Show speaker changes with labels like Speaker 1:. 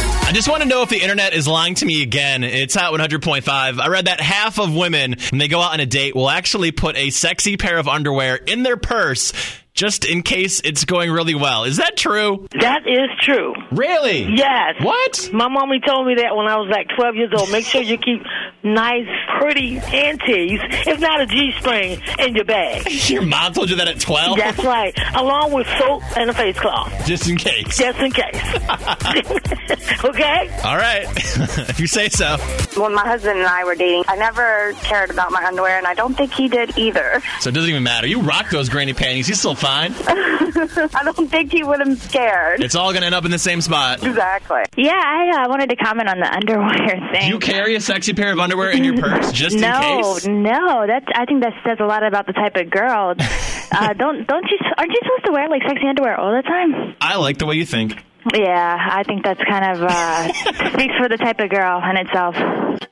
Speaker 1: I just want to know if the internet is lying to me again. It's Hot 100.5. I read that half of women, when they go out on a date, will actually put a sexy pair of underwear in their purse just in case it's going really well. Is that true?
Speaker 2: That is true.
Speaker 1: Really?
Speaker 2: Yes.
Speaker 1: What?
Speaker 2: My mommy told me that when I was like 12 years old. Make sure you keep nice, pretty panties, if not a G-string, in your bag.
Speaker 1: Your mom told you that at 12?
Speaker 2: That's right. Along with soap and a face cloth,
Speaker 1: Just in case.
Speaker 2: just in case. okay?
Speaker 1: All right. if you say so.
Speaker 3: When my husband and I were dating, I never cared about my underwear, and I don't think he did either.
Speaker 1: So it doesn't even matter. You rock those granny panties. He's still fine.
Speaker 3: I don't think he would have cared.
Speaker 1: It's all going to end up in the same spot.
Speaker 3: Exactly.
Speaker 4: Yeah, I uh, wanted to comment on the underwear thing.
Speaker 1: You carry a sexy pair of underwear in your purse just in
Speaker 4: no,
Speaker 1: case?
Speaker 4: no, that I think that says a lot about the type of girl. uh, don't don't you aren't you supposed to wear like sexy underwear all the time?
Speaker 1: I like the way you think.
Speaker 4: Yeah, I think that's kind of uh, speaks for the type of girl in itself.